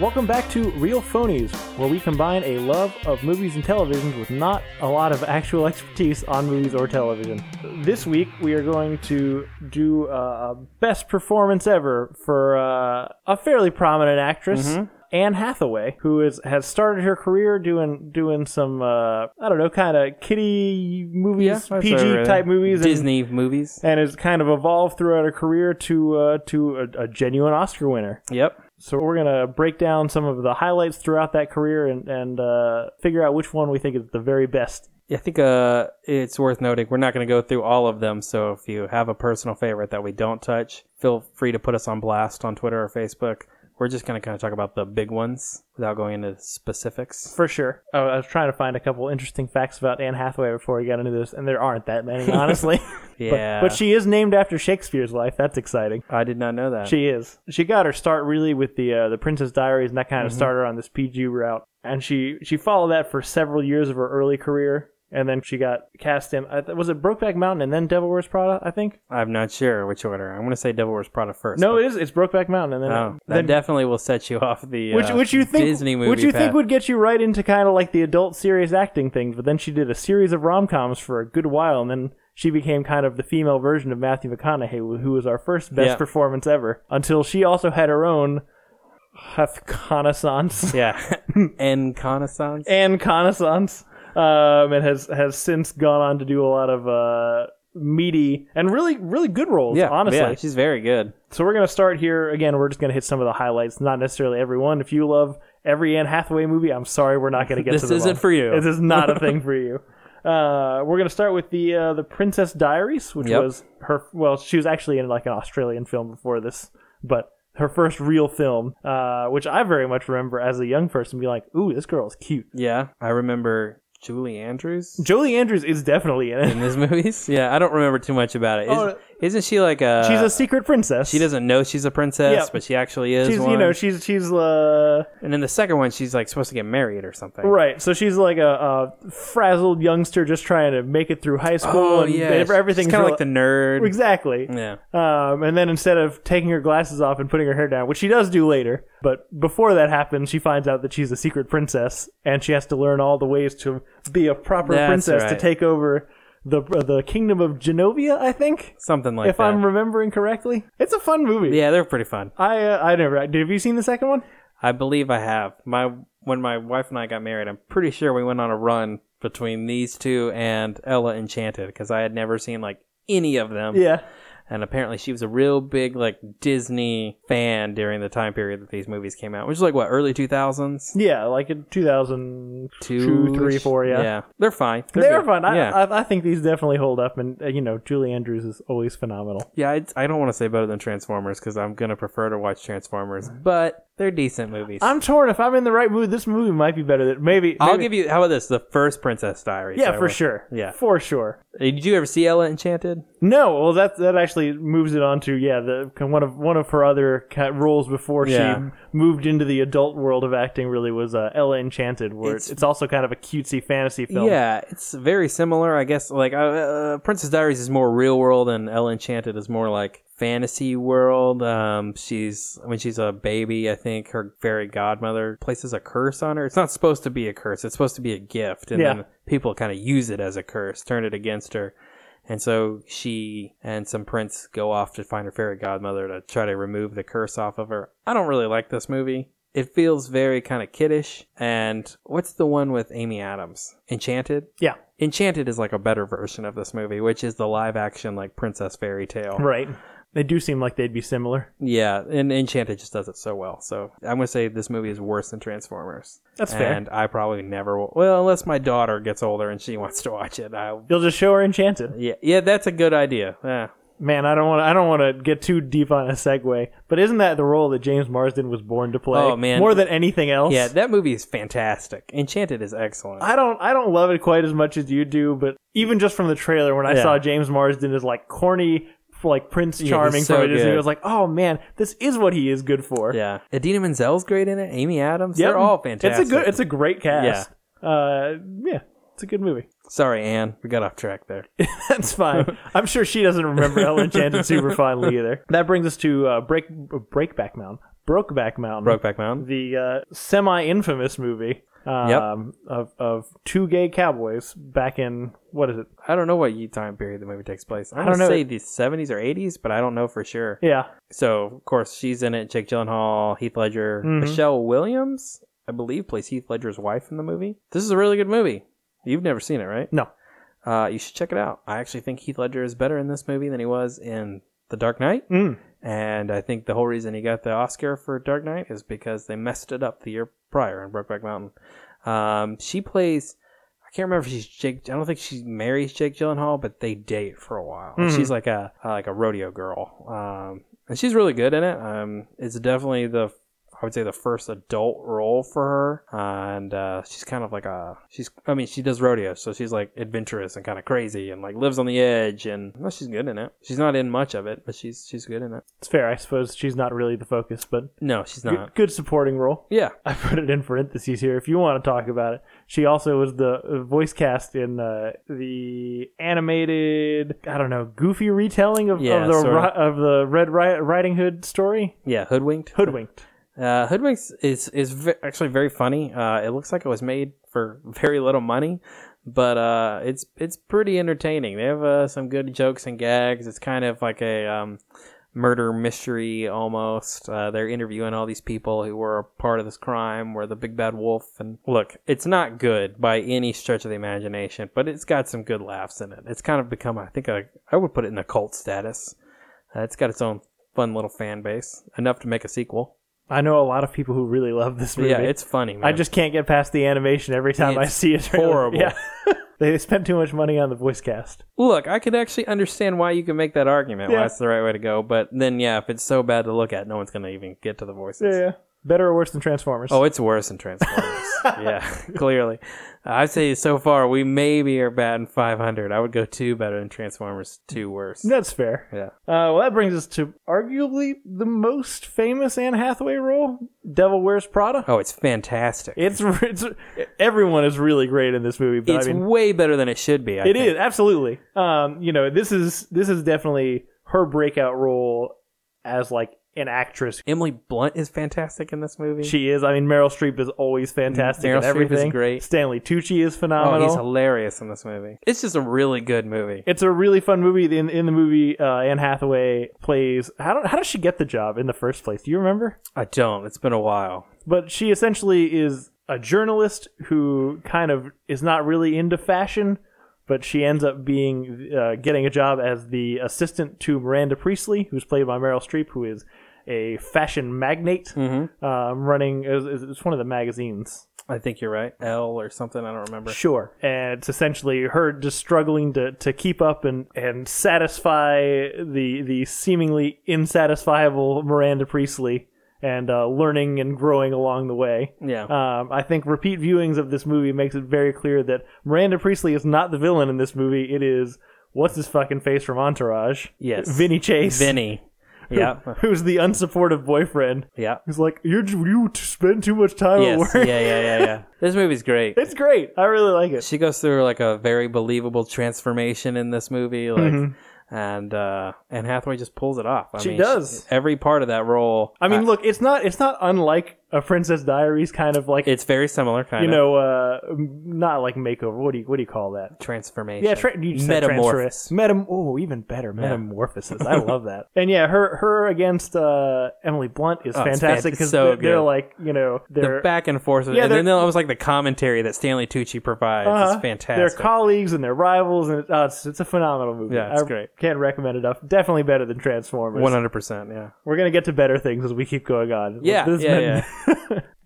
Welcome back to Real Phonies, where we combine a love of movies and television with not a lot of actual expertise on movies or television. This week, we are going to do uh, best performance ever for uh, a fairly prominent actress. Anne Hathaway, who is has started her career doing doing some uh, I don't know kind of kiddie movies, that's PG alright. type movies, and- Disney movies. and has kind of evolved throughout her career to uh, to a, a genuine Oscar winner. Yep. So we're gonna break down some of the highlights throughout that career and and uh, figure out which one we think is the very best. I think uh, it's worth noting we're not going to go through all of them. So if you have a personal favorite that we don't touch, feel free to put us on blast on Twitter or Facebook. We're just going to kind of talk about the big ones without going into specifics. For sure. Oh, I was trying to find a couple interesting facts about Anne Hathaway before we got into this, and there aren't that many, honestly. Yeah, But she is named after Shakespeare's life. That's exciting. I did not know that. She is. She got her start really with the uh, the Princess Diaries, and that kind Mm-hmm. of started on this PG route. And she she followed that for several years of her early career, and then she got cast in. I th- Was it Brokeback Mountain and then Devil Wears Prada? I think. I'm not sure which order. I'm going to say Devil Wears Prada first. No, but- it is. It's Brokeback Mountain, and then, Oh, that then definitely will set you off the which uh, which you think Disney movie. which you path. think would get you right into kind of like the adult serious acting things. But then she did a series of rom coms for a good while, and then. She became kind of the female version of Matthew McConaughey, who- who was our first best Yeah. performance ever, until she also had her own reconnaissance. yeah, and Connaissance. and Connaissance, um, and has has since gone on to do a lot of uh, meaty and really really good roles. yeah, honestly. yeah, she's very good. So we're gonna start here again. We're just gonna hit some of the highlights, not necessarily everyone. If you love every Anne Hathaway movie, I'm sorry we're not gonna get This to them isn't all. for you. This is not a thing for you. Uh, we're gonna start with the uh, the Princess Diaries, which Yep. was her. Well, she was actually in like an Australian film before this, but her first real film, uh, which I very much remember as a young person, being like, "Ooh, this girl is cute." Yeah, I remember Julie Andrews Jolie Andrews is definitely in it. in these movies. Yeah, I don't remember too much about it. Oh, Isn't, isn't she like a? She's a secret princess. uh, She doesn't know she's a princess, Yeah. but she actually is She's one. you know she's she's uh and in the second one, she's like supposed to get married or something. right. So she's like a, a frazzled youngster just trying to make it through high school. Oh and yeah, everything's kind of real- like the nerd. exactly. Yeah, Um, and then instead of taking her glasses off and putting her hair down, which she does do later, but before that happens, she finds out that she's a secret princess and she has to learn all the ways to be a proper That's princess to right. take over the the kingdom of Genovia. I think. something like if that. I'm remembering correctly, it's a fun movie. yeah, they're pretty fun. I uh, I never. Did have you seen the second one? I believe I have. My when my wife and I got married, I'm pretty sure we went on a run between these two and Ella Enchanted because I had never seen like any of them. Yeah. And apparently she was a real big like Disney fan during the time period that these movies came out, which is like what early 2000s, Yeah, like in 2002, Two-ish? 3, 4, yeah. they're fine. They're, good. fun. I, yeah, I, I think these definitely hold up, and uh, you know, Julie Andrews is always phenomenal. yeah. I, I don't want to say better than Transformers because I'm gonna prefer to watch Transformers, but they're decent movies. I'm torn. If I'm in the right mood, this movie might be better than maybe. I'll maybe- give you how about this? The first Princess Diaries. Yeah, I for will- sure. Yeah. for sure. Did you ever see Ella Enchanted? No, well, that that actually moves it on to yeah, the one of one of her other ca- roles before Yeah. she moved into the adult world of acting really was uh, Ella Enchanted, where it's, It's- it's also kind of a cutesy fantasy film. Yeah, it's very similar, I guess. Like uh, uh, Princess Diaries is more real world, and Elle Enchanted is more like fantasy world. Um, she's when she's a baby, I think her fairy godmother places a curse on her. It's not supposed to be a curse; it's supposed to be a gift, and Yeah. then people kind of use it as a curse, turn it against her. And so she and some prince go off to find her fairy godmother to try to remove the curse off of her. I don't really like this movie. It feels very kind of kiddish. And what's the one with Amy Adams? Enchanted? yeah, Enchanted is like a better version of this movie, which is the live action like princess fairy tale. right. They do seem like they'd be similar. Yeah, and Enchanted just does it so well. So I'm gonna say this movie is worse than Transformers. That's fair. and I probably never will. Well, unless my daughter gets older and she wants to watch it, I You'll just show her Enchanted. yeah yeah that's a good idea. Yeah. Man, I don't want I don't want to get too deep on a segue, but isn't that the role that James Marsden was born to play? Oh, man. more than anything else. Yeah, that movie is fantastic. Enchanted is excellent. I don't I don't love it quite as much as you do, but even just from the trailer, when I Yeah. saw James Marsden as like corny, like Prince he's Charming so from Disney, I good. was like, oh man, this is what he is good for. yeah, Adina Menzel's great in it. Amy Adams, Yep. they're all fantastic. It's a good, it's a great cast. Uh, yeah, it's a good movie. Sorry, Anne, we got off track there. That's fine. I'm sure she doesn't remember Ellen Enchanted super fondly either. That brings us to uh, Break Breakback Mountain. Brokeback Mountain. Brokeback Mountain. the uh, semi-infamous movie um, of of two gay cowboys back in what is it? I don't know what ye- time period the movie takes place. I don't don't know. say the 70s or 80s, but I don't know for sure. Yeah, So, of course, she's in it. Jake Gyllenhaal, Heath Ledger, Mhm. Michelle Williams, I believe, plays Heath Ledger's wife in the movie. This is a really good movie. You've never seen it, right? No. Uh, you should check it out. I actually think Heath Ledger is better in this movie than he was in The Dark Knight. mm. And I think the whole reason he got the Oscar for Dark Knight is because they messed it up the year prior in Brokeback Mountain. Um, she plays, I can't remember if she's Jake. I don't think she marries Jake Gyllenhaal, but they date for a while. And Mhm. She's like a uh, like a rodeo girl, um, and she's really good in it. Um, it's definitely the I would say the first adult role for her, and uh, she's kind of like a she's. I mean, she does rodeo, so she's like adventurous and kind of crazy, and like lives on the edge. And well, she's good in it. She's not in much of it, but she's she's good in it. it's fair. I suppose she's not really the focus, but No, she's good- not. good, supporting role. Yeah, I put it in parentheses here if you want to talk about it. She also was the uh, voice cast in uh, the animated, I don't know, goofy retelling of, Yeah, of the sorta. ri- of the Red Ri- Riding Hood story, yeah, hoodwinked. Hoodwinked. Uh, Hoodwinks is is ve- actually very funny. Uh, it looks like it was made for very little money, but uh, it's it's pretty entertaining. They have uh, some good jokes and gags. It's kind of like a um, murder mystery almost. Uh, they're interviewing all these people who were a part of this crime, were the big bad wolf. And look, it's not good by any stretch of the imagination, but it's got some good laughs in it. It's kind of become, I think, a, I would put it in a cult status. Uh, it's got its own fun little fan base, enough to make a sequel. I know a lot of people who really love this movie. Yeah, it's funny. Man. I just can't get past the animation every time I It's see it. horrible. Yeah. they spent too much money on the voice cast. look. I could actually understand why you can make that argument. Yeah. Why it's the right way to go. But then, yeah, if it's so bad to look at, no one's gonna even get to the voices. Better or worse than Transformers? Oh, it's worse than Transformers. yeah, clearly. I'd say so far we maybe are batting 500. I would go two better than Transformers, two worse. that's fair. Yeah. Uh, well, that brings us to arguably the most famous Anne Hathaway role, Devil Wears Prada. Oh, it's fantastic. It's, it's everyone is really great in this movie, but it's I mean, way better than it should be. I it think. is absolutely. Um, you know, this is this is definitely her breakout role as like an actress. Emily Blunt is fantastic in this movie. She is. I mean, Meryl Streep is always fantastic. Meryl in Streep is everything. great. Stanley Tucci is oh, phenomenal. he's hilarious in this movie. It's just a really good movie. it's a really fun movie. In in the movie, uh, Anne Hathaway plays. How do, how does she get the job in the first place? Do you remember? I don't. It's been a while. But she essentially is a journalist who kind of is not really into fashion, but she ends up being uh, getting a job as the assistant to Miranda Priestley, who's played by Meryl Streep, who is a fashion magnate um, running. It's, it's- it's one of the magazines. I think you're right. L or something. I don't remember. Sure. And it's essentially her just struggling to, to keep up and, and satisfy the the seemingly insatisfiable Miranda Priestley and uh, learning and growing along the way. Yeah. Um, I think repeat viewings of this movie makes it very clear that Miranda Priestley is not the villain in this movie. It is what's his fucking face from Entourage? Yes. Vinny Chase. Vinny. yeah. Who's the unsupportive boyfriend? Yeah. He's like, you you spend too much time at Yes. work. Yeah. Yeah. Yeah. Yeah. This movie's great. It's great. I really like it. she goes through like a very believable transformation in this movie like and uh and hathaway just pulls it off I Mm-hmm. She mean, does. every part of that role I mean, look, it's not it's not unlike a Princess Diaries kind of like it's very similar kind you of know, uh, not like makeover. What do you what do you call that? transformation Yeah, tra- you said metamorphosis transfer- Metam- oh, even better, metamorphosis. I love that. And yeah, her her against uh, Emily Blunt is Oh, it's fantastic fantastic. because So they're, they're good. like you know the they're back and forth Yeah, yeah, and they're- then it was like the commentary that stanley tucci provides uh-huh, is fantastic they're colleagues and they're rivals and it, oh, it's it's a phenomenal movie. Yeah, it's I great. Can't recommend it enough. Definitely better than Transformers. 100% yeah We're gonna get to better things as we keep going on. Yeah, This yeah,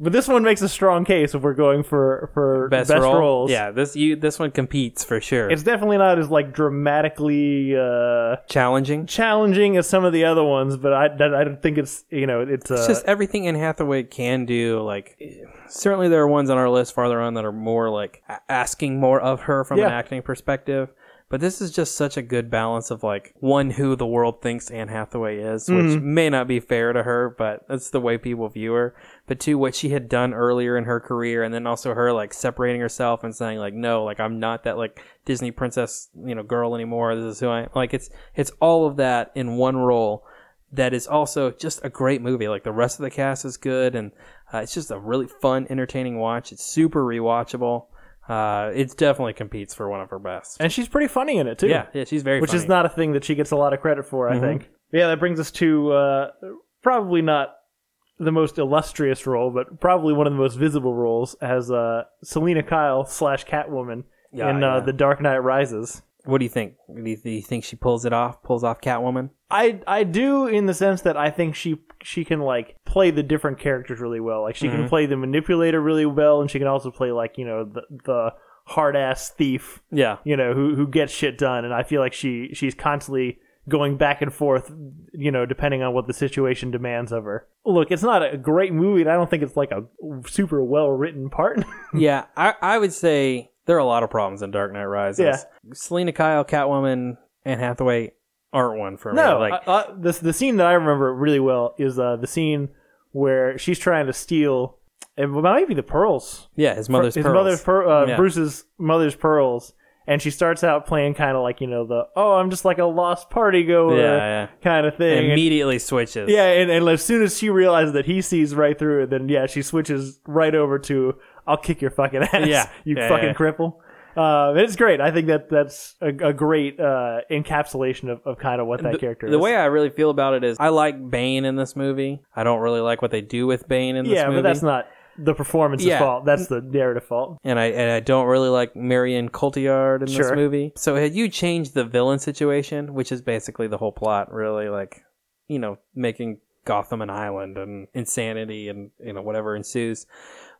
but this one makes a strong case if we're going for for best, best, role roles. yeah this you this one competes for sure It's definitely not as like dramatically uh, challenging challenging as some of the other ones, but I that- I don't think it's you know it's, uh, it's just everything Anne Hathaway can do. Like, certainly there are ones on our list farther on that are more like a- asking more of her from an Yeah. acting perspective. But this is just such a good balance of like one who the world thinks Anne Hathaway is, which may not be fair to her, but that's the way people view her. But two, what she had done earlier in her career, and then also her like separating herself and saying like, no, like I'm not that like Disney princess, you know, girl anymore. This is who I am. Like it's it's all of that in one role that is also just a great movie. Like the rest of the cast is good, and uh, it's just a really fun, entertaining watch. It's super rewatchable. Uh, it definitely competes for one of her best. And she's pretty funny in it too. Yeah, yeah, she's very. which is funny. Mm-hmm. not a thing that she gets a lot of credit for, I think. Yeah, that brings us to uh, probably not the most illustrious role, but probably one of the most visible roles as uh, Selena Kyle slash Catwoman Yeah, in uh, yeah. The Dark Knight Rises. What do you think? Do you, do you think she pulls it off? Pulls off Catwoman? I I do in the sense that I think she she can like play the different characters really well. Like she can play the manipulator really well, and she can also play like you know the the hard ass thief Yeah, you know, who who gets shit done. And I feel like she she's constantly going back and forth, you know, depending on what the situation demands of her. Look, it's not a great movie, and I don't think it's like a super well written part. yeah. I, I would say there are a lot of problems in Dark Knight Rises. Yeah. Selena Kyle, Catwoman, Anne Hathaway aren't one for me. no, like uh, uh, the the scene that I remember really well is uh, the scene where she's trying to steal. It might be the pearls. yeah, his mother's his pearls. mother's per- uh, Yeah. Bruce's mother's pearls, and she starts out playing kind of like you know the oh I'm just like a lost party goer Yeah, yeah. kind of thing. And- immediately switches. Yeah, and, and as soon as she realizes that he sees right through it, then yeah, she switches right over to "I'll kick your fucking ass, Yeah. you Yeah, fucking yeah. cripple." Uh, it's great. I think that that's a, a great uh, encapsulation of, of kind of what that character is. The way I really feel about it is I like Bane in this movie. I don't really like what they do with Bane in this yeah, but movie. that's not the performance's Yeah. fault. That's the narrative fault. and I and I don't really like Marion Cotillard in this Sure. movie. So had you changed the villain situation, which is basically the whole plot, really, like you know, making Gotham an island and insanity and you know whatever ensues.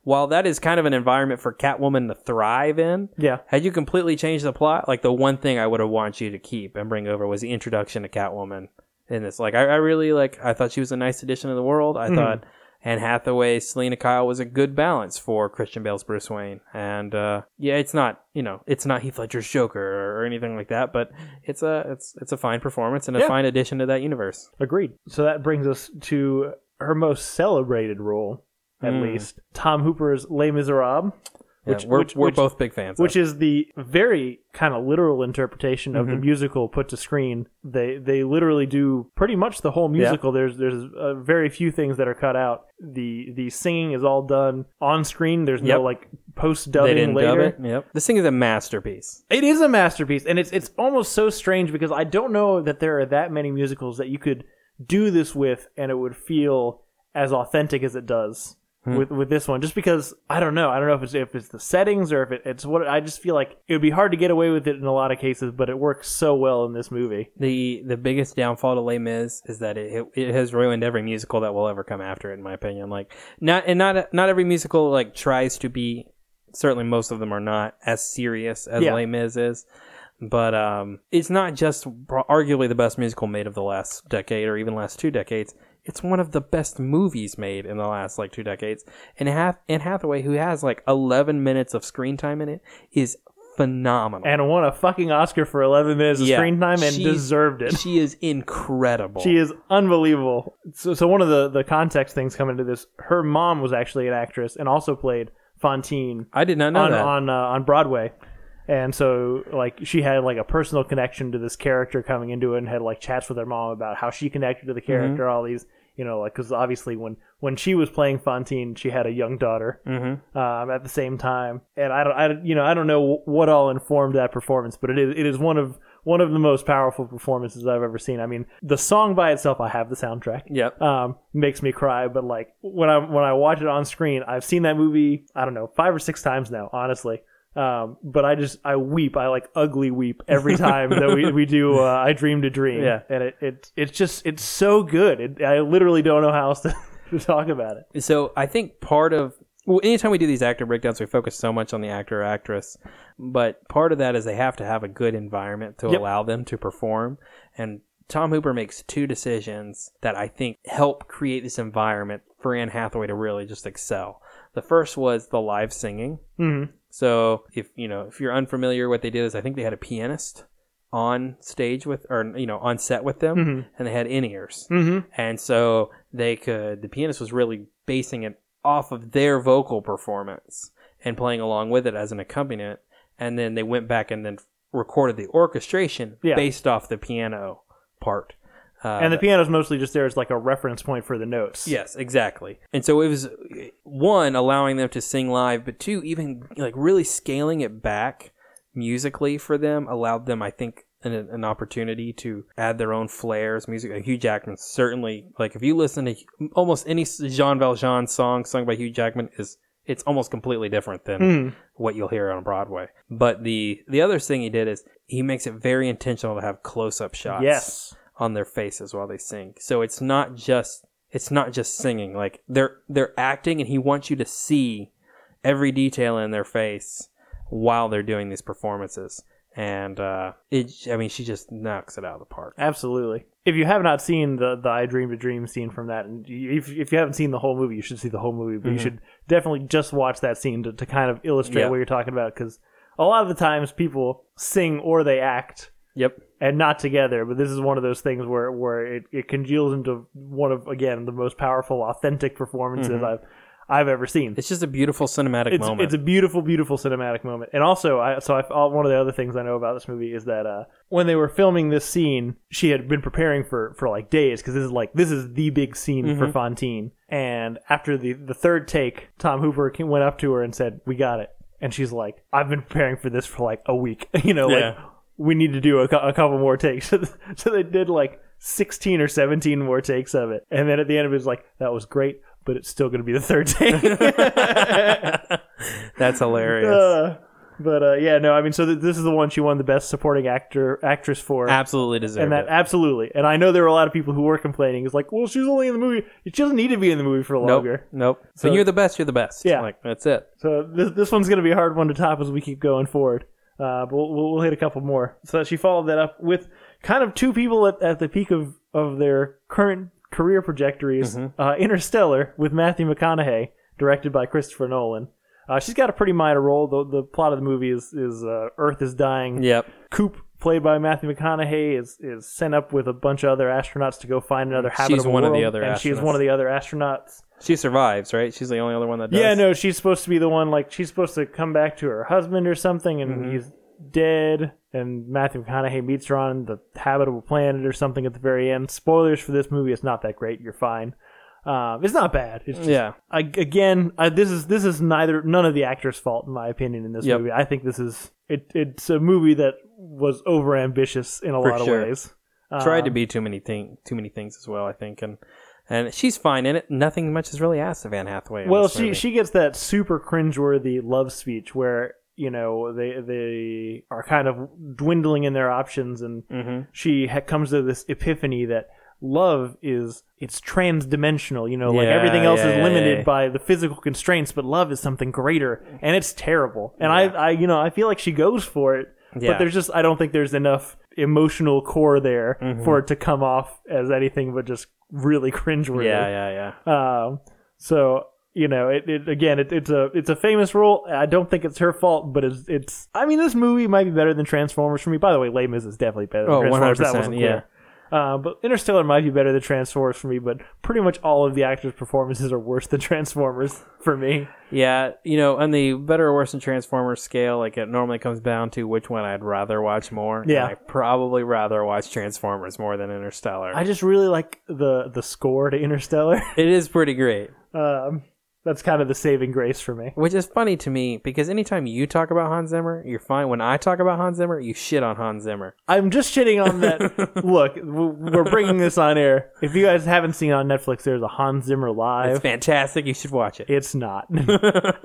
While that is kind of an environment for Catwoman to thrive in, Yeah, had you completely changed the plot, like the one thing I would have wanted you to keep and bring over was the introduction to Catwoman in this. Like I, I really like I thought she was a nice addition to the world. Hmm. I thought Anne Hathaway, Selena Kyle was a good balance for Christian Bale's Bruce Wayne. And uh, yeah, it's not you know, it's not Heath Ledger's Joker or, or anything like that, but it's a it's it's a fine performance and a Yeah. fine addition to that universe. agreed. So that brings us to her most celebrated role, at Mm. least Tom Hooper's Les Miserables. Yeah, Which- we're which- we're which- both big fans. which of. is the very kind of literal interpretation of Mm-hmm. the musical put to screen. They they literally do pretty much the whole musical. There's there's uh, very few things that are cut out. The the singing is all done on screen. There's Yep. no like post they dubbing didn't later. dub it. Yep, this thing is a masterpiece. It is a masterpiece, and it's it's almost so strange because I don't know that there are that many musicals that you could do this with, and it would feel as authentic as it does Hmm. with with this one. Just because I don't know, I don't know if it's if it's the settings or if it, it's what I just feel like it would be hard to get away with it in a lot of cases, but it works so well in this movie. the the biggest downfall to Les Mis is that it, it, it has ruined every musical that will ever come after it, in my opinion. Like not and not not every musical like tries to be. Certainly, most of them are not as serious as Yeah. Les Mis is, but um, it's not just pro- arguably the best musical made of the last decade or even last two decades. It's one of the best movies made in the last like two decades, and Hath- Anne Hathaway, who has like eleven minutes of screen time in it, is phenomenal. And won a fucking Oscar for 11 minutes of Yeah. screen time and She- deserved it. she is incredible. She is unbelievable. So, so one of the, the context things come into this, her mom was actually an actress and also played Fontaine I did not know on that. on uh, on Broadway, and so like she had like a personal connection to this character coming into it, and had like chats with her mom about how she connected to Mm-hmm. the character. All these, you know, like because obviously when when she was playing Fontaine, she had a young daughter Mm-hmm. um, at the same time, and I don't, I don't- you know, I don't know what all informed that performance, but it is it is one of one of the most powerful performances I've ever seen. I mean, the song by itself, I have the soundtrack Yep. um, makes me cry. But like when I when I watch it on screen, I've seen that movie I don't know five or six times now, honestly. Um, but I just I weep. I like ugly weep every time that we, we do. Uh, I dreamed a dream. Yeah. and it, it it's just it's so good. It, I literally don't know how else to, to talk about it. So I think part of well, anytime we do these actor breakdowns, we focus so much on the actor or actress, but part of that is they have to have a good environment to Yep. allow them to perform. And Tom Hooper makes two decisions that I think help create this environment for Anne Hathaway to really just excel. The first was the live singing. Mhm. Mm-hmm. So if you know if you're unfamiliar, what they did is I think they had a pianist on stage with or you know on set with them, and they had in ears. Mm-hmm. And so they could, the pianist was really basing it off of their vocal performance and playing along with it as an accompaniment. And then they went back and then recorded the orchestration Yeah. based off the piano part. Uh, and the piano's mostly just there as like a reference point for the notes. Yes, exactly. And so it was one allowing them to sing live, but two even like really scaling it back musically for them allowed them, I think, an, an opportunity to add their own flares. Music. Like Hugh Jackman certainly like if you listen to almost any Jean Valjean song sung by Hugh Jackman is it's almost completely different than Mm. what you'll hear on Broadway. But the the other thing he did is he makes it very intentional to have close up shots Yes. on their faces while they sing. So it's not just it's not just singing. Like they're they're acting and he wants you to see every detail in their face while they're doing these performances. And uh it I mean she just knocks it out of the park. Absolutely. If you have not seen the the I Dreamed a Dream scene from that, and you- if, if you haven't seen the whole movie, you should see the whole movie. But you should definitely just watch that scene to, to kind of illustrate Yeah. what you're talking about, because a lot of the times people sing or they act Yep. and not together. But this is one of those things where where it, it congeals into one of again the most powerful, authentic performances I've I've ever seen. It's just a beautiful cinematic it's, moment. It's a beautiful, beautiful cinematic moment. And also, I, so I, all- one of the other things I know about this movie is that uh, when they were filming this scene, she had been preparing for for like days because this is like this is the big scene Mm-hmm. for Fontaine. And after the the third take, Tom Hooper came, went up to her and said, "We got it." And she's like, "I've been preparing for this for like a week. you know, Yeah. like we need to do a, cou- a couple more takes." so they did like. 16 or 17 more takes of it. And then at the end of it was like, that was great, but it's still going to be the third take. That's hilarious. Uh, but uh, yeah, no, I mean, so th- this is the one she won the best supporting actor actress for, Absolutely deserved and that it. absolutely. And I know there were a lot of people who were complaining. It's like, well, she's only in the movie. She doesn't need to be in the movie for Nope. longer. Nope. So So- you're the best, you're the best. Yeah. Like that's it. So this this one's going to be a hard one to top as we keep going forward. Uh, but we'll, we'll- we'll hit a couple more. So she followed that up with kind of two people at, at the peak of, of their current career trajectories. Mm-hmm. Uh, Interstellar with Matthew McConaughey, directed by Christopher Nolan. Uh, she's got a pretty minor role. The, the plot of the movie is, is uh, Earth is dying. Yep. Coop, played by Matthew McConaughey, is is sent up with a bunch of other astronauts to go find another habitable one of the world, other and she's astronauts. one of the other astronauts. She survives, right? She's the only other one that does. Yeah, no, she's supposed to be the one. Like she's supposed to come back to her husband or something, and Mm-hmm. he's dead. And Matthew McConaughey meets her on the habitable planet or something at the very end. Spoilers for this movie. It's not that great. You're fine. Um, it's not bad. It's just, Yeah. I, again, I, this is this is neither none of the actors' fault in my opinion in this Yep. movie. I think this is it. It's a movie that was over ambitious in a lot sure. of ways. tried Um, to be too many thing too many things as well. I think and and she's fine in it. Nothing much is really asked of Anne Hathaway. in Well, this she movie. she gets that super cringeworthy love speech where you know they they are kind of dwindling in their options, and Mm-hmm. she ha- comes to this epiphany that love is it's transdimensional. You know, like Yeah, everything else yeah, is yeah, limited yeah. by the physical constraints, but love is something greater, and it's terrible. And I I you know I feel like she goes for it, Yeah. but there's just I don't think there's enough emotional core there Mm-hmm. for it to come off as anything but just really cringeworthy. yeah yeah yeah. Um, so you know, it, it again, it, it's a it's a famous role. I don't think it's her fault, but it's it's. I mean, this movie might be better than Transformers for me. By the way, Les Mis is definitely better. Than Oh, Transformers. 100%, That wasn't clear. Uh, but Interstellar might be better than Transformers for me, but pretty much all of the actors' performances are worse than Transformers for me. Yeah, you know, on the better or worse than Transformers scale, like it normally comes down to which one I'd rather watch more. and Yeah. I probably rather watch Transformers more than Interstellar. I just really like the the score to Interstellar. it is pretty great, Um, that's kind of the saving grace for me. which is funny to me because anytime you talk about Hans Zimmer, you're fine. When I talk about Hans Zimmer, you shit on Hans Zimmer. I'm just shitting on that. Look, w- we're bringing this on air. If you guys haven't seen it on Netflix, there's a Hans Zimmer It's live. fantastic. You should watch it. It's not.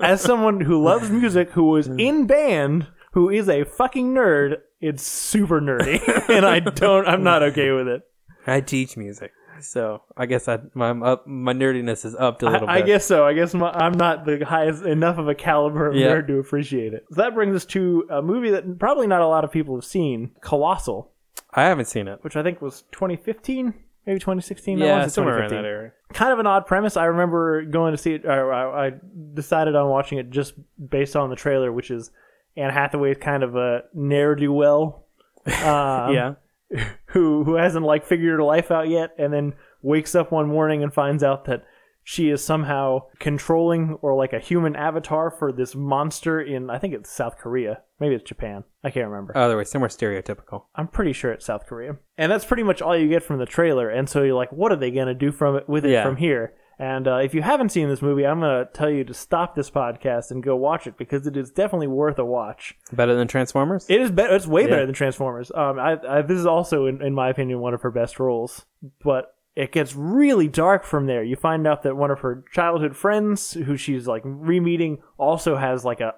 As someone who loves music, who was in band, who is a fucking nerd, it's super nerdy, and I don't. I'm not okay with it. I teach music, so I guess I my I'm up my nerdiness is upped a little I bit. guess so. I guess my, I'm not the highest enough of a caliber of Yeah. nerd to appreciate it. So that brings us to a movie that probably not a lot of people have seen, Colossal, I haven't seen it. which I think was 2015, maybe 2016. I Yeah, wanna say somewhere around 2015. that area. kind of an odd premise. I remember going to see it. Or I, I decided on watching it just based on the trailer, which is Anne Hathaway's kind of a ne'er do well, um, yeah, who who hasn't like figured her life out yet, and then wakes up one morning and finds out that she is somehow controlling or like a human avatar for this monster in I think it's South Korea. Maybe it's Japan. I can't remember. Other way, somewhere stereotypical. I'm pretty sure it's South Korea. And that's pretty much all you get from the trailer. And so you're like, what are they gonna do from it with it Yeah. from here? And uh, if you haven't seen this movie, I'm gonna tell you to stop this podcast and go watch it because it is definitely worth a watch. Better than Transformers? It is better. It's way better Yeah. than Transformers. Um, I, I this is also, in, in my opinion, one of her best roles. But it gets really dark from there. You find out that one of her childhood friends, who she's like re-meeting, also has like a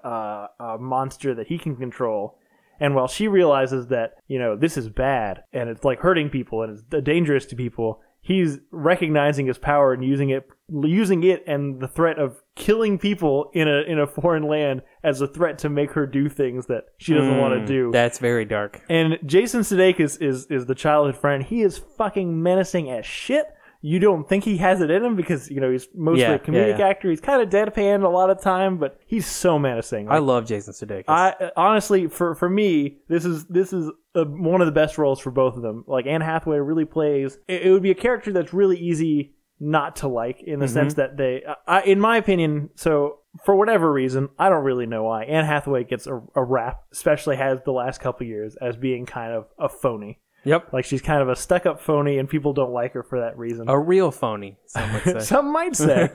a, a monster that he can control. And while she realizes that you know this is bad and it's like hurting people and it's dangerous to people, he's recognizing his power and using it, using it and the threat of killing people in a in a foreign land as a threat to make her do things that she doesn't want Hmm, to do. That's very dark. And Jason Sudeikis is is the childhood friend. He is fucking menacing as shit. You don't think he has it in him because you know he's mostly Yeah, a comedic yeah, yeah. actor. He's kind of deadpan a lot of time, but he's so menacing. I love Jason Sudeikis. I honestly, for for me, this is this is uh one of the best roles for both of them. Like Anne Hathaway really plays. It, it would be a character that's really easy not to like in the sense that they, I, in my opinion, so for whatever reason, I don't really know why Anne Hathaway gets a, a rap, especially has the last couple years as being kind of a phony. yep. Like she's kind of a stuck up phony, and people don't like her for that reason. A real phony, some would say. Some might say.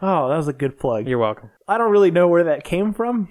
Oh, that was a good plug. You're welcome. I don't really know where that came from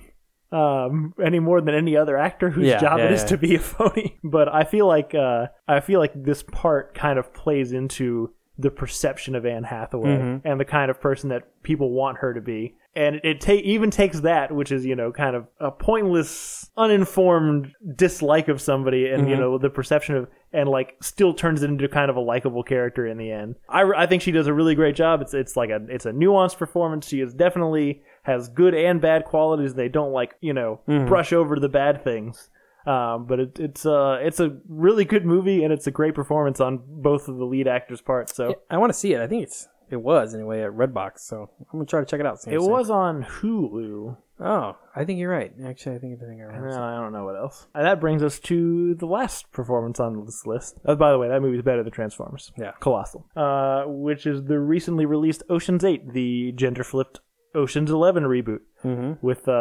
um, any more than any other actor whose Yeah, job yeah, it is yeah. to be a phony. But I feel like uh, I feel like this part kind of plays into the perception of Anne Hathaway and the kind of person that people want her to be. And it, it ta- even takes that, which is you know kind of a pointless, uninformed dislike of somebody, and you know the perception of, and like still turns it into kind of a likable character in the end. I, I think she does a really great job. It's it's like a it's a nuanced performance. She is definitely has good and bad qualities. They don't like you know brush over the bad things. Um, but it, it's uh it's a really good movie and it's a great performance on both of the lead actors' parts. So I want to see it. I think it's it was anyway at Redbox, so I'm gonna try to check it out. soon. it soon. was on Hulu. Oh, I think you're right. Actually, I think I think I remember. No, I don't know what else. And that brings us to the last performance on this list. Oh, by the way, that movie's better than Transformers. Yeah. Colossal. Uh, which is the recently released Ocean's 8, the gender flipped Ocean's 11 reboot Mm-hmm. with uh,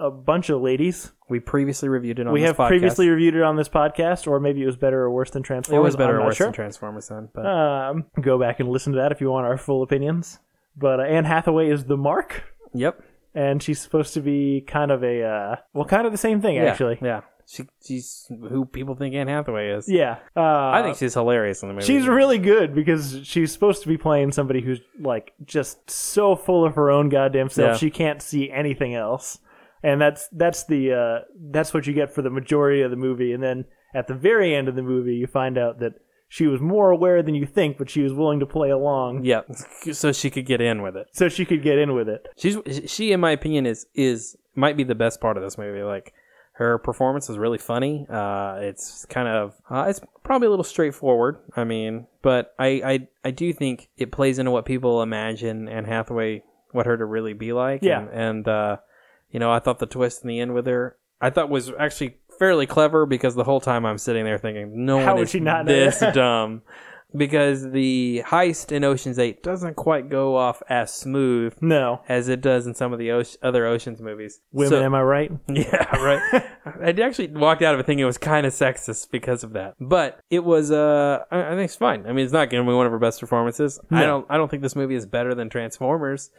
a, a bunch of ladies. We previously reviewed it on We this have podcast. previously reviewed it on this podcast, or maybe it was better or worse than it Transformers. was better I'm or not worse sure. than Transformers then, but Um, go back and listen to that if you want our full opinions. But uh, Anne Hathaway is the mark. yep. And she's supposed to be kind of a uh, well, kind of the same thing Yeah, actually. Yeah. She she's who people think Anne Hathaway is. Yeah, uh, I think she's hilarious in the movie. she's really good because she's supposed to be playing somebody who's like just so full of her own goddamn self Yeah. she can't see anything else, and that's that's the uh, that's what you get for the majority of the movie. And then at the very end of the movie, you find out that she was more aware than you think, but she was willing to play along yeah. So she could get in with it. so she could get in with it. She's she in my opinion is is might be the best part of this movie. Like her performance is really funny. Uh, it's kind of uh, it's probably a little straightforward. I mean, but I, I I do think it plays into what people imagine Anne Hathaway what her to really be like. Yeah. and, and uh, you know I thought the twist in the end with her I thought was actually fairly clever because the whole time I'm sitting there thinking no How one would is she not know this that? dumb. Because the heist in Ocean's Eight doesn't quite go off as smooth No. as it does in some of the oce- other Ocean's movies. Women, So- am I right? yeah, right. I actually walked out of it thinking it was kind of sexist because of that, but it was. Uh, I, I think it's fine. I mean, it's not going to be one of her best performances. I No. don't. I don't think this movie is better than Transformers,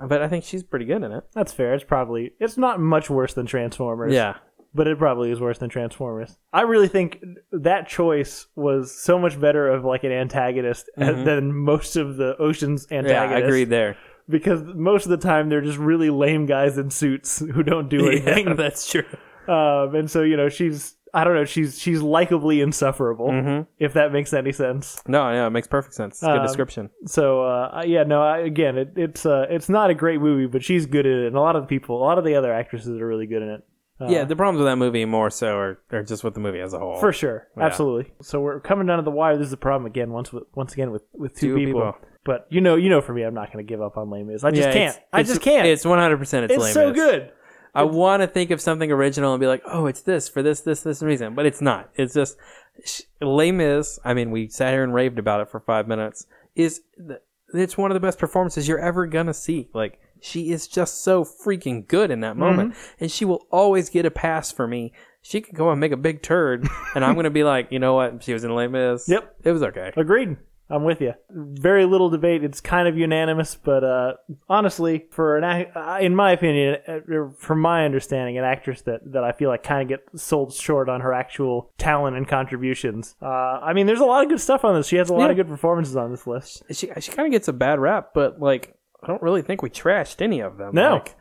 but I think she's pretty good in it. That's fair. It's probably it's not much worse than Transformers. Yeah, but it probably is worse than Transformers. I really think that choice was so much better of like an antagonist than most of the Ocean's Mm-hmm. yeah, I antagonists. agree there. Because most of the time they're just really lame guys in suits who don't do anything. Yeah, that's true. Um, and so you know she's I don't know she's she's likably insufferable Mm-hmm. if that makes any sense. No, no, it makes perfect sense. It's a good Um, description. So uh, yeah, no, I, again it, it's uh, it's not a great movie, but she's good in it, and a lot of the people, a lot of the other actresses are really good in it. yeah, the problems with that movie more so are, are just with the movie as a whole. uh, For sure, absolutely. So we're coming down to the wire. This is the problem again. Once with, once again with with two, Two people. people. But you know, you know, for me, I'm not going to give up on Les Mis. I just Yeah, can't. it's- I it's- just can't. It's, It's one hundred percent. It's, lame so as- good. I want to think of something original and be like, oh, it's this for this, this, this reason, but it's not. It's just sh- lame is. I mean, we sat here and raved about it for five minutes. Is the, it's one of the best performances you're ever gonna see. Like she is just so freaking good in that moment, and she will always get a pass for me. She could go and make a big turd, and I'm gonna be like, you know what? She was in Les Mis. Yep. it was okay. Agreed. I'm with you. Very little debate. It's kind of unanimous, but uh, honestly, for an ac- uh, in my opinion, uh, from my understanding, an actress that, that I feel like kind of gets sold short on her actual talent and contributions. Uh, I mean, there's a lot of good stuff on this. She has a lot of Yeah. good performances on this list. She she kind of gets a bad rap, but like I don't really think we trashed any of them. No. Like,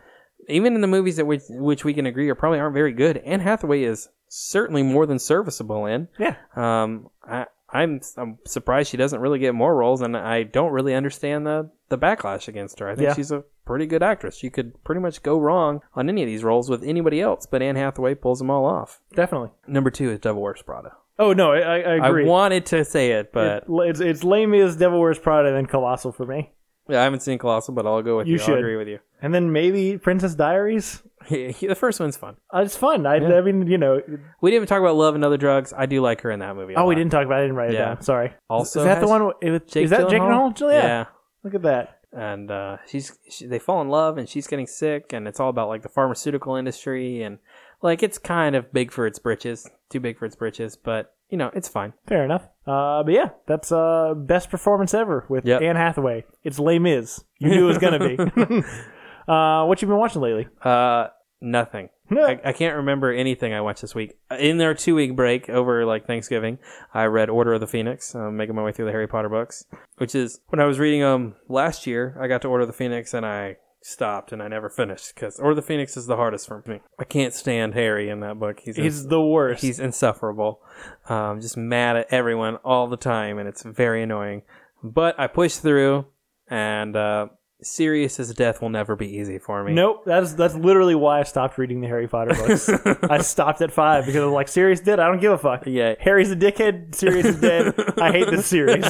even in the movies that we, which we can agree are probably aren't very good, Anne Hathaway is certainly more than serviceable in. Yeah. Um, I, I'm I'm surprised she doesn't really get more roles, and I don't really understand the the backlash against her. I think Yeah. she's a pretty good actress. She could pretty much go wrong on any of these roles with anybody else, but Anne Hathaway pulls them all off. Definitely. Number two is Devil Wears Prada. Oh, no, I, I- I I agree. wanted to say it, but it's, it's Lame is Devil Wears Prada, and then Colossal for me. yeah, I haven't seen Colossal, but I'll go with you. You I'll should. agree with you. And then maybe Princess Diaries. the first one's fun. Uh, it's fun. I, I mean, you know. We didn't even talk about Love and Other Drugs. I do like her in that movie. a Oh, we lot. didn't talk about it. I didn't write Yeah. it down. Sorry. Also is that the has one? With, Jake is that Jake Gyllenhaal? Gyllenhaal? Yeah. yeah. Look at that. and uh, she's she, they fall in love and she's getting sick and it's all about like the pharmaceutical industry and like it's kind of big for its britches too big for its britches but you know it's fine Fair enough. Uh, but yeah, that's uh, best performance ever with Yep. Anne Hathaway. It's Les Mis. You knew it was gonna be. uh, what you been watching lately? uh nothing No. I, I can't remember anything i watched this week in their two week break over like thanksgiving i read order of the phoenix um, making my way through the harry potter books which is when i was reading them last year i got to order of the phoenix and i stopped and i never finished because order of the phoenix is the hardest for me i can't stand harry in that book he's, a- He's the worst. He's insufferable. Um, just mad at everyone all the time, and it's very annoying. But I pushed through, and uh, Sirius's death will never be easy for me. nope. That's that's literally why I stopped reading the Harry Potter books. I stopped at five because I'm like, Sirius did. I don't give a fuck. Yeah. Harry's a dickhead. Sirius is dead. I hate this series.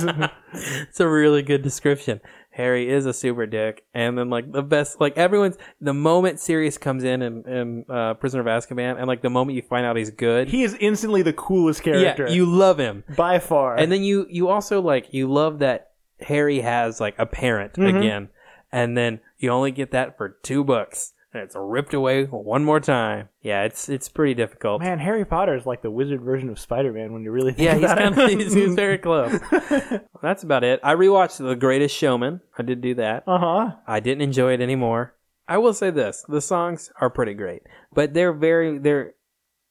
It's a really good description. Harry is a super dick, and then like the best, like everyone's the moment Sirius comes in and, and uh, Prisoner of Azkaban, and like the moment you find out he's good, he is instantly the coolest character yeah, you love him. by far. And then you you also like you love that Harry has like a parent again, and then you only get that for two bucks, and it's ripped away one more time. Yeah, it's it's pretty difficult. Man, Harry Potter is like the wizard version of Spider-Man when you really think Yeah, he's about kind it. of he's, he's very close. That's about it. I rewatched The Greatest Showman. I did do that. uh-huh. I didn't enjoy it anymore. I will say this: the songs are pretty great, but they're very they're.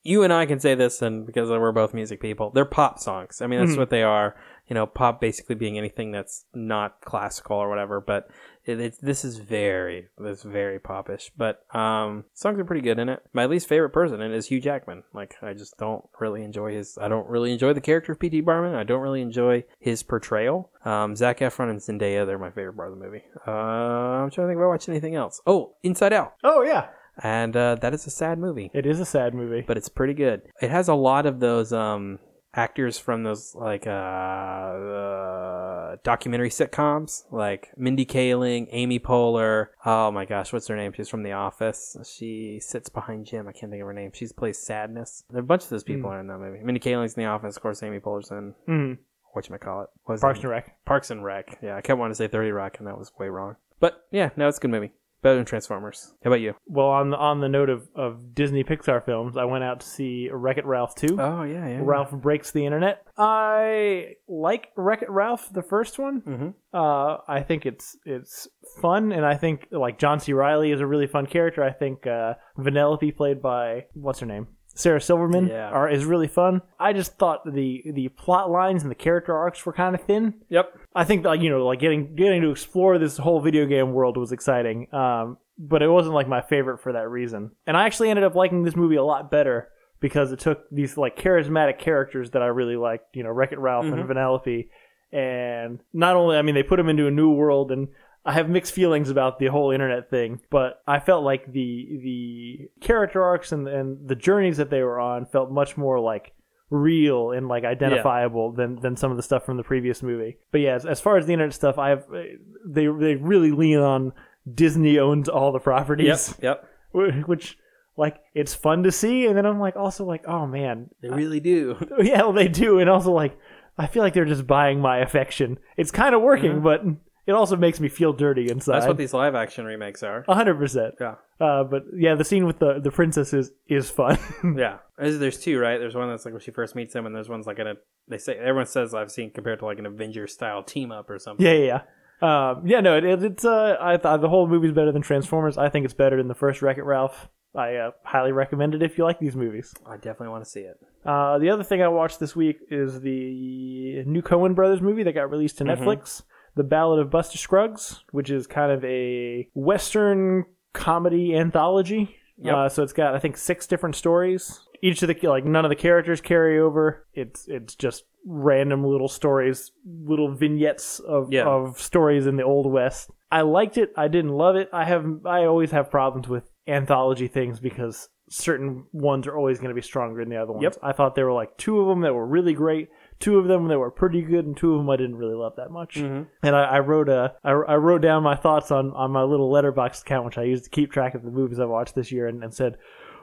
You and I can say this, and because we're both music people, they're pop songs. I mean, that's what they are. You know, pop basically being anything that's not classical or whatever. But it, it's this is very this is very popish. But um, songs are pretty good in it. My least favorite person in it is Hugh Jackman. Like, I just don't really enjoy his. I don't really enjoy the character of P.T. Barman. I don't really enjoy his portrayal. Um, Zach Efron and Zendaya, they're my favorite part of the movie. Uh, I'm trying to think if I watched anything else. Oh, Inside Out, Oh yeah. and uh, that is a sad movie, It is a sad movie. but it's pretty good. It has a lot of those um, actors from those like uh, uh, documentary sitcoms, like Mindy Kaling, Amy Poehler. Oh my gosh, what's her name? She's from The Office. She sits behind Jim. I can't think of her name. She's plays Sadness. A bunch of those people are in that movie. Mindy Kaling's in The Office, of course. Amy Poehler's in Mm. what you call it? Parks and Rec. Parks and Rec. Yeah, I kept wanting to say Thirty Rock, and that was way wrong. But yeah, no, it's a good movie. Better than Transformers. How about you? Well, on the, on the note of, of Disney Pixar films, I went out to see Wreck It Ralph 2. Oh yeah, yeah. Ralph Breaks the Internet. I like Wreck It Ralph, the first one. Mhm. Uh, I think it's it's fun, and I think like John C. Riley is a really fun character. I think uh, Vanellope, played by what's her name, Sarah Silverman, Yeah. are, is really fun. I just thought the the plot lines and the character arcs were kind of thin. Yep. I think like you know like getting getting to explore this whole video game world was exciting. Um, but it wasn't like my favorite for that reason. And I actually ended up liking this movie a lot better because it took these like charismatic characters that I really liked, you know, Wreck It Ralph and Vanellope, and not only I mean they put them into a new world and. I have mixed feelings about the whole internet thing, but I felt like the the character arcs and, and the journeys that they were on felt much more like real and like identifiable than than some of the stuff from the previous movie. But yeah, as, as far as the internet stuff, I've they they really lean on Disney owns all the Yep. properties, Yep. wh- which like it's fun to see. And then I'm like also like, oh man, They really do. yeah, well, they do. And also like, I feel like they're just buying my affection. It's kind of working, but It also makes me feel dirty inside. Mm-hmm. That's what these live action remakes are. hundred percent. Yeah. Uh, but yeah, the scene with the the princess is is fun. Yeah, there's, there's two, right? There's one that's like when she first meets him, and there's one's like a they say everyone says I've seen compared to like an Avengers style team up or something. yeah, yeah, yeah. Um, yeah, no, it, it, it's uh, I thought the whole movie's better than Transformers. I think it's better than the first Wreck It Ralph. I uh, highly recommend it if you like these movies. I definitely want to see it. Uh, the other thing I watched this week is the new Cohen Brothers movie that got released to Mm-hmm. Netflix, The Ballad of Buster Scruggs, which is kind of a Western comedy anthology. Yep. Uh, so it's got I think six different stories. Each of the like none of the characters carry over. It's it's just random little stories, little vignettes of Yeah. of stories in the old west. I liked it. I didn't love it. I have I always have problems with anthology things because certain ones are always going to be stronger than the other ones. Yep. I thought there were like two of them that were really great, two of them that were pretty good, and two of them I didn't really love that Mm. much. And I, I wrote a I, I wrote down my thoughts on on my little letterbox account, which I use to keep track of the movies I watched this year, and, and said.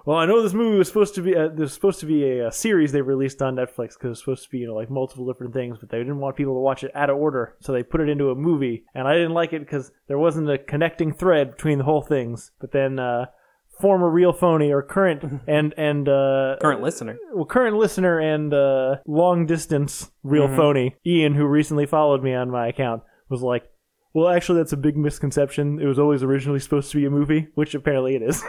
Well, I know this movie was supposed to be uh, there's supposed to be a, uh series they released on Netflix because it's supposed to be you know like multiple different things, but they didn't want people to watch it out of order, so they put it into a movie. And I didn't like it because there wasn't a connecting thread between the whole things. But then uh, former real phony or current and and uh, Current listener, well, current listener and uh, long distance real phony Ian, who recently followed me on my account, was like, "Well, actually, that's a big misconception. It was always originally supposed to be a movie, which apparently it is."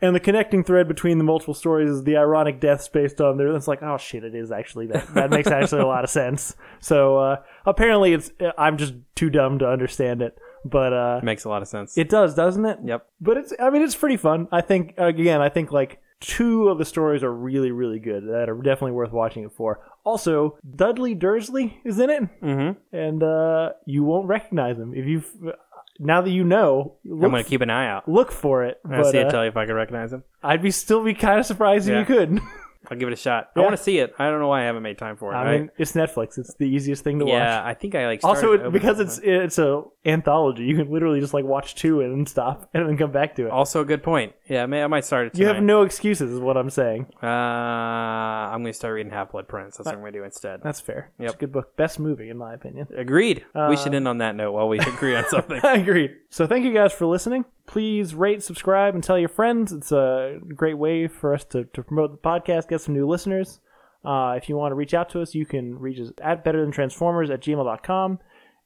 and the connecting thread between the multiple stories is the ironic deaths based on there. It's like, oh shit, it is actually that. That makes actually a lot of sense. So uh, apparently, it's I'm just too dumb to understand it, but uh, makes a lot of sense. it does, doesn't it? yep. but it's i mean it's pretty fun i think again i think like two of the stories are really really good that are definitely worth watching it for also dudley dursley is in it Mm-hmm. and uh you won't recognize him if you now that you know I'm look, gonna keep an eye out. look for it I'm gonna but see it, uh, tell you if I can recognize him. i'd be still be kind of surprised Yeah. if you could I'll give it a shot. I Yeah. want to see it. I don't know why I haven't made time for it. i mean it's netflix it's the easiest thing to yeah, watch I think I like. also, started it, because over- it's it's a anthology, you can literally just like watch two and then stop and then come back to it. also a good point. Yeah, may, I might start it. you Tonight. have no excuses, is what I'm saying. uh, I'm gonna start reading Half Blood Prince. Uh, That's what I'm gonna do instead. That's fair. It's Yep. a good book. Best movie, in my opinion. Agreed. we should end on that note while we agree on something. I agree. So thank you guys for listening. Please rate, subscribe, and tell your friends. It's a great way for us to, to promote the podcast, get some new listeners. Uh, if you want to reach out to us, you can reach us at better than transformers at gmail.com.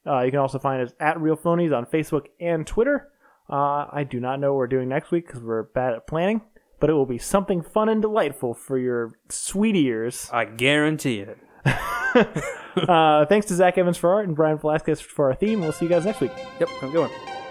Uh, you can also find us at Real Phonies on Facebook and Twitter. Uh, I do not know what we're doing next week because we're bad at planning, but it will be something fun and delightful for your sweet ears. I guarantee it. Uh, thanks to Zach Evans for art and Brian Velasquez for our theme. We'll see you guys next week. Yep, I'm going.